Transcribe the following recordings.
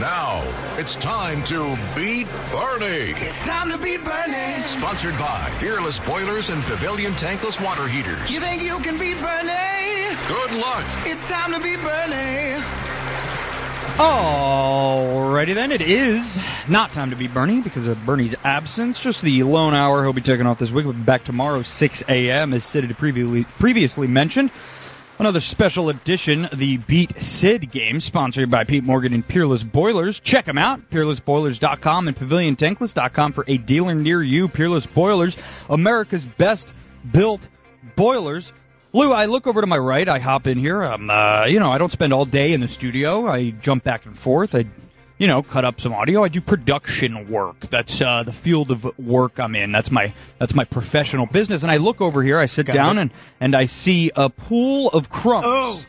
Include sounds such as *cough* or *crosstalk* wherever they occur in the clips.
Now it's time to beat Bernie. It's time to beat Bernie. Sponsored by Fearless Boilers and Pavilion Tankless Water Heaters. You think you can beat Bernie? Good luck. It's time to beat Bernie. Alrighty then, it is not time to beat Bernie because of Bernie's absence. Just the lone hour he'll be taking off this week. We'll be back tomorrow, 6 a.m., as Sid had previously, previously mentioned. Another special edition, the Beat Sid game, sponsored by Pete Morgan and Peerless Boilers. Check them out, peerlessboilers.com and paviliontankless.com for a dealer near you. Peerless Boilers, America's best built boilers. Lou, I look over to my right. I hop in here. Um, uh, you know, I don't spend all day in the studio. I jump back and forth. I, you know, cut up some audio. I do production work. That's uh, the field of work I'm in. That's my that's my professional business. And I look over here. I sit down and and I see a pool of crumbs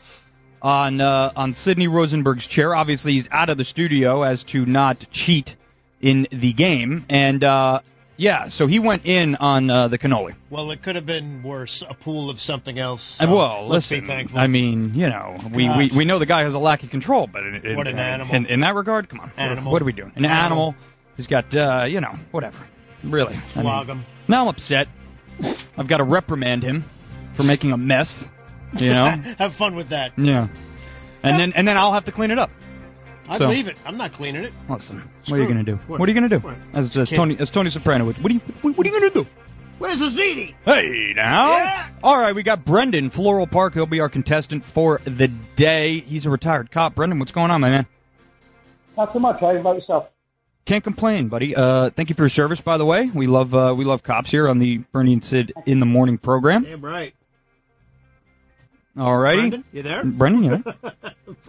on uh, on Sidney Rosenberg's chair. Obviously, he's out of the studio as to not cheat in the game. And uh, yeah, so he went in on uh, the cannoli. Well, it could have been worse. A pool of something else. so And, Uh, well, let's listen. be thankful. I mean, you know, we, we, Gosh. we know the guy has a lack of control, but in, in- What an animal. In, in that regard, come on, What- Animal. What are we doing? An Animal. animal. He's got uh, you know whatever. Really, I mean, flog him. now I'm upset. I've got to reprimand him for making a mess. You *laughs* know, Have fun with that. yeah, and then and then I'll have to clean it up. I'd So- leave it. I'm not cleaning it. Listen, what are you gonna do? What, are you gonna do? As, as Kid. Tony as Tony Soprano would. What are you what, what are you gonna do? Where's the ziti? Hey now. Yeah. All right, we got Brendan Floral Park. He'll be our contestant for the day. He's a retired cop. Brendan, what's going on, my man? Not so much. How about yourself? Can't complain, buddy. Uh, thank you for your service, by the way. We love uh, we love cops here on the Bernie and Sid in the morning program. Damn right. All righty, Brendan, you there? Brendan, you there?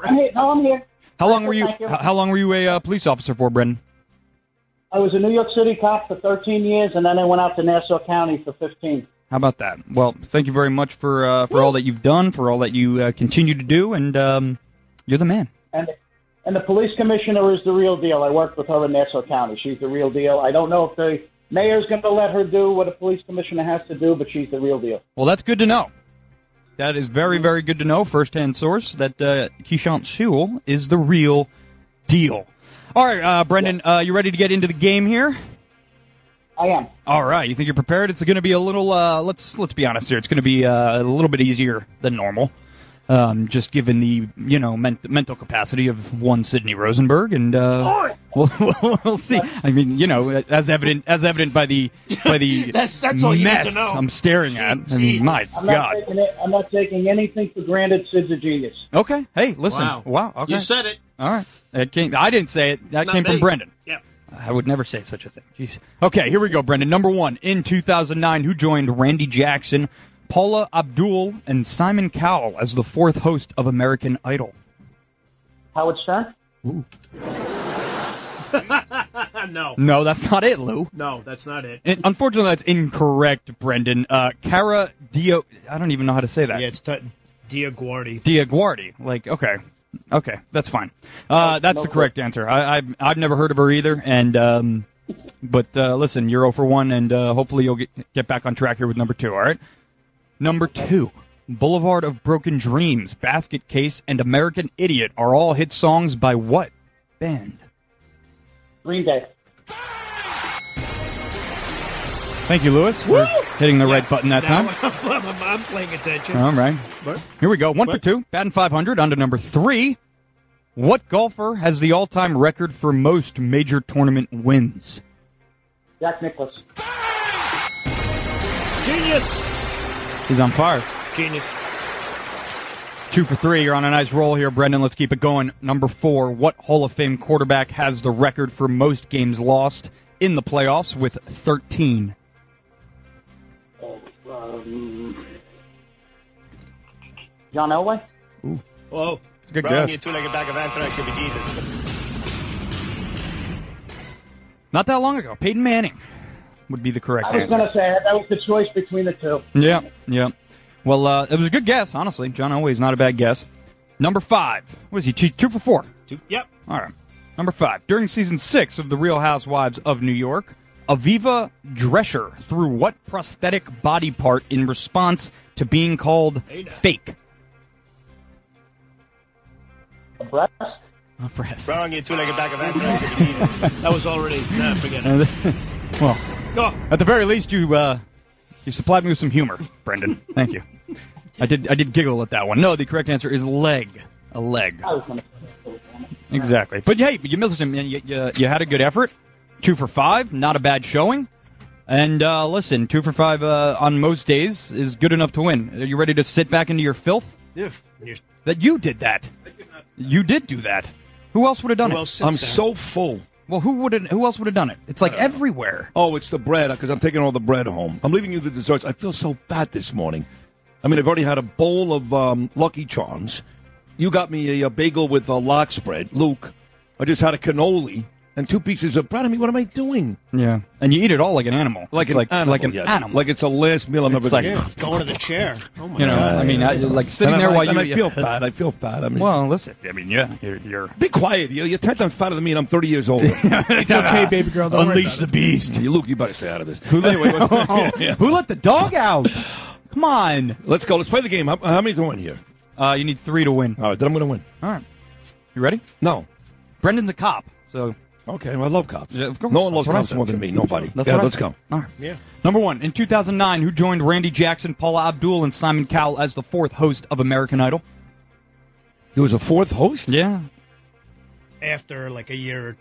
I'm here. No, I'm here. How long were you? Thank you. h- How long were you a uh, police officer for, Brendan? I was a New York City cop for 13 years, and then I went out to Nassau County for 15. How about that? Well, thank you very much for uh, for all that you've done, for all that you uh, continue to do, and um, you're the man. And and the police commissioner is the real deal. I worked with her in Nassau County. She's the real deal. I don't know if the mayor's going to let her do what a police commissioner has to do, but she's the real deal. Well, that's good to know. That is very, very good to know. First-hand source that uh, Keyshawn Sewell is the real deal. All right, uh, Brendan, uh, you ready to get into the game here? I am. All right, you think you're prepared? It's going to be a little. Uh, let's let's be honest here. It's going to be uh, a little bit easier than normal, um, just given the you know men- mental capacity of one Sidney Rosenberg, and uh, we'll, we'll, *laughs* we'll see. I mean, you know, as evident as evident by the by the *laughs* That's- that's all you need to mess know. I'm staring at. I mean, my I'm not, God. Taking it, I'm not taking anything for granted. Sid's a genius. Okay. Hey, listen. Wow. Okay. You said it. All right. That came. I didn't say it. That Not came from me. Brendan. Yep. I would never say such a thing. Jeez. Okay, here we go, Brendan. Number one in 2009, who joined Randy Jackson, Paula Abdul, and Simon Cowell as the fourth host of American Idol? Howard Stern? no. No, that's not it, Lou. No, that's not it. And unfortunately, that's incorrect, Brendan. Uh, Cara Dio. I don't even know how to say that. Yeah, it's t- Diaguardi. Diaguardi. Like, okay, okay, that's fine. Uh, that's the correct answer. I, I've I've never heard of her either, and um, but uh, listen, you're 0 for one, and uh, hopefully you'll get get back on track here with number two. All right, number two. Boulevard of Broken Dreams, Basket Case, and American Idiot are all hit songs by what band? Green Day. Thank you, Lewis, for hitting the right button that Now time. I'm, *laughs* I'm- I'm paying attention. All right. But- Here we go. One for two. Batting 500 on to number three. What golfer has the all time record for most major tournament wins? Jack Nicklaus. Genius. He's on fire. Genius. Two for three. You're on a nice roll here, Brendan. Let's keep it going. Number four. What Hall of Fame quarterback has the record for most games lost in the playoffs with 13? Um, John Elway? Oh, It's a good Wrong, guess. you two-legged bag of anthrax should be Jesus. Not that long ago, Peyton Manning would be the correct I was answer. going to say that was the choice between the two. Yeah, yeah. Well, uh, it was a good guess, honestly. John Elway's not a bad guess. Number five. What is he? Two, two for four. Two- Yep. All right. Number five. During season six of The Real Housewives of New York, Aviva Drescher threw what prosthetic body part in response to being called Ada. fake? A breast? Not for *laughs* us. Wrong, you two-legged bag of anthrax should be Jesus. That was already. Nah, forget it. Uh, well, Go. at the very least, you uh, you supplied me with some humor, Brendan. Thank you. I did I did giggle at that one. No, the correct answer is leg. A leg. I was going to Exactly. But hey, you missed him. man. You, you, you had a good effort. Two for five, not a bad showing. And uh, listen, two for five uh, on most days is good enough to win. Are you ready to sit back into your filth? If you're- That you did that. You did do that. Who else would have *laughs* done Who it? else sits I'm there? so full. well, who would? Who else would have done it? It's like everywhere. Oh, it's the bread because I'm taking all the bread home. I'm leaving you the desserts. I feel so fat this morning. I mean, I've already had a bowl of um, Lucky Charms. You got me a, a bagel with a lock spread, Luke. I just had a cannoli and two pieces of bread. I mean, what am I doing? Yeah, and you eat it all like an animal. Like It's an animal, like an yes. animal. Like it's the last meal I'm It's ever like- eating. yeah, going to the chair. Oh my you know, Yeah, I mean, yeah, I, yeah. like sitting And there I'm while like- you. and I feel fat. I feel fat. I *laughs* mean, well, listen. I mean, yeah, you're. you're be quiet. You're, you're ten times fatter than me, and I'm 30 *laughs* years old. It's okay, baby girl. Don't Unleash worry the beast, *laughs* You- Luke. You better stay out of this. anyway, *laughs* who let the dog out? Come on. *laughs* Let's go. Let's play the game. How, how many to win here? Uh, you need three to win. All right, then I'm going to win. All right. You ready? No. Brendan's a cop, so Okay, well, I love cops. Yeah, of course. No one loves That's what I cops said. more than me. Nobody. that's yeah, what I let's said. go. All right. Yeah. Number one in 2009, who joined Randy Jackson, Paula Abdul, and Simon Cowell as the fourth host of American Idol? There was a fourth host. Yeah. about it. After like a year,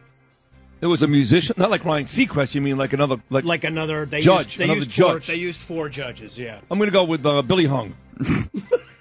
There was a musician, not like Ryan Seacrest. You mean like another like? like another they Judge, Used, they another used judge. Four, they used four judges. Yeah. I'm going to go with uh, Billy Hung.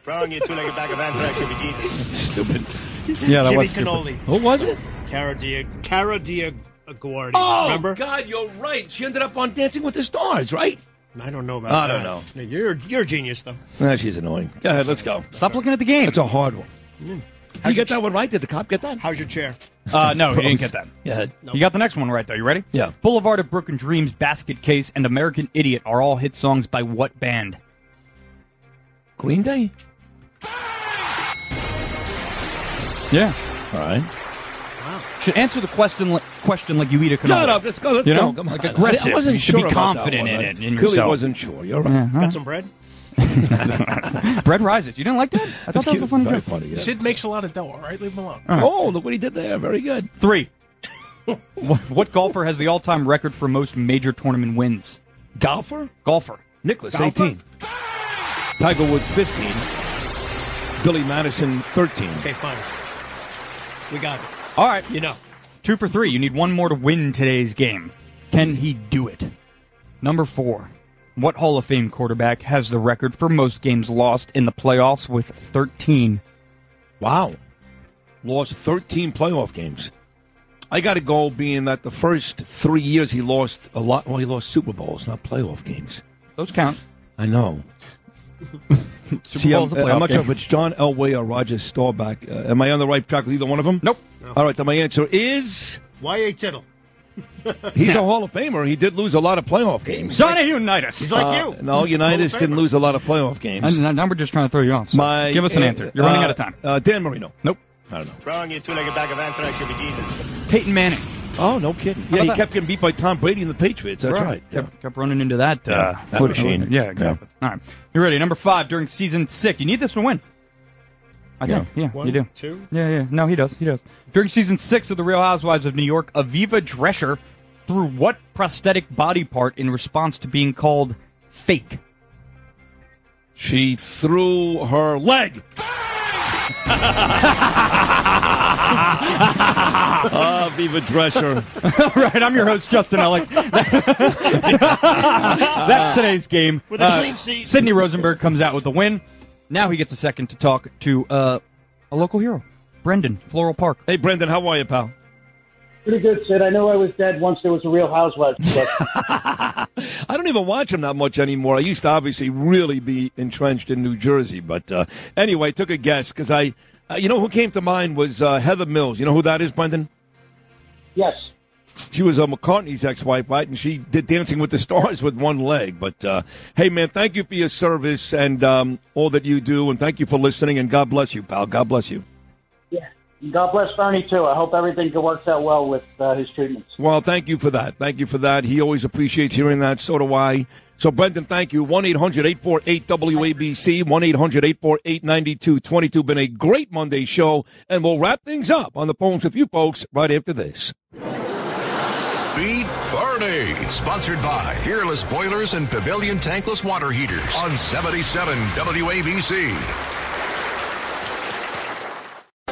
Wrong, you two-legged bag of anthrax should be Jesus. Stupid. *laughs* Yeah, that Jimmy was stupid. Cannoli, Who was it? Cara Dia, Cara Dia Guardi. Oh remember? God, you're right. She ended up on Dancing with the Stars, right? I don't know about I that. don't know. No, You're you're a genius though. Ah, Nah, she's annoying. Go ahead, let's go. Stop looking at the game. That's a hard one. Hmm. Did you get that one right? Did the cop get that? How's your chair? Uh, no, you didn't get that. Yeah. You got the next one right, though. You ready? Yeah. Boulevard of Broken Dreams, Basket Case, and American Idiot are all hit songs by what band? Green Day. Yeah. All right. Should answer the question li- question like you eat a cannoli. Shut up. Let's go. Let's you go. know, Come on. like aggressive. I wasn't you should sure be about that confident one. in I it. In clearly yourself. wasn't sure. You're right. Got some bread? Bread rises. You didn't like that? I thought that was a funny Very joke. Uh-huh. funny. yeah. Sid makes a lot of dough. All right, leave him alone. Oh, look what he did there. Very good. Three. what, what golfer has the all-time record for most major tournament wins? Golfer. Golfer. Nicholas, Golfer? 18. Tiger Woods, 15. Billy Madison, 13. Okay, fine. We got it. All right, You know. two for three. You need one more to win today's game. Can he do it? Number four. What Hall of Fame quarterback has the record for most games lost in the playoffs with 13? Wow. Lost 13 playoff games. I got to go being that the first three years he lost a lot. Well, he lost Super Bowls, not playoff games. Those count. I know. Super See, Bowl's I'm, uh, a playoff I'm not game. sure if it's John Elway or Roger Staubach. Uh, am I on the right track with either one of them? Nope. All right, then my answer is Y.A. Tittle. he's a Hall of Famer. He did lose a lot of playoff games. Johnny Unitas. He's like you. Uh, No, Unitas Hall of didn't Famer. lose a lot of playoff games. And now- now we're just trying to throw you off. so My, give us an uh, answer. You're running uh, out of time. Uh, Dan Marino. Nope. I don't know. Wrong, you two-legged bag of anthrax should be Jesus. Peyton Manning. Oh, no kidding. Yeah, he about that? kept getting beat by Tom Brady and the Patriots. That's right. Yeah. Kept, kept running into that, uh, Yeah, that what- machine. Yeah, exactly. All right. You ready? Number five during season six. You need this to win. I think. Yeah, One, you do. two? Yeah, yeah. No, he does. He does. During season six of The Real Housewives of New York, Aviva Drescher threw what prosthetic body part in response to being called fake? *laughs* She threw *laughs* her leg. Ah, Viva Drescher. All right. I'm your host, Justin Ellick. *laughs* That's today's game. With a clean seat. Sydney Rosenberg comes out with the win. Now he gets a second to talk to uh, a local hero, Brendan, Floral Park. Hey, Brendan, how are you, pal? Pretty good, Sid. I knew I was dead once there was a Real Housewives. But I don't even watch him that much anymore. I used to obviously really be entrenched in New Jersey, but uh, anyway, I took a guess because I Uh, you know who came to mind was uh, Heather Mills. You know who that is, Brendan? Yes. She was uh, McCartney's ex-wife, right? And she did Dancing with the Stars with one leg. But uh, hey, man, thank you for your service and um, all that you do, and thank you for listening. And God bless you, pal. God bless you. Yeah. God bless Bernie too. I hope everything works out well with uh, his treatments. Well, thank you for that. Thank you for that. He always appreciates hearing that. So do I. So, Brendan, thank you. 1 800 848 WABC, 1 800 848 9222. Been a great Monday show, and we'll wrap things up on the phones with you folks right after this. Beat Bernie. Sponsored by Fearless Boilers and Pavilion Tankless Water Heaters on 77 WABC.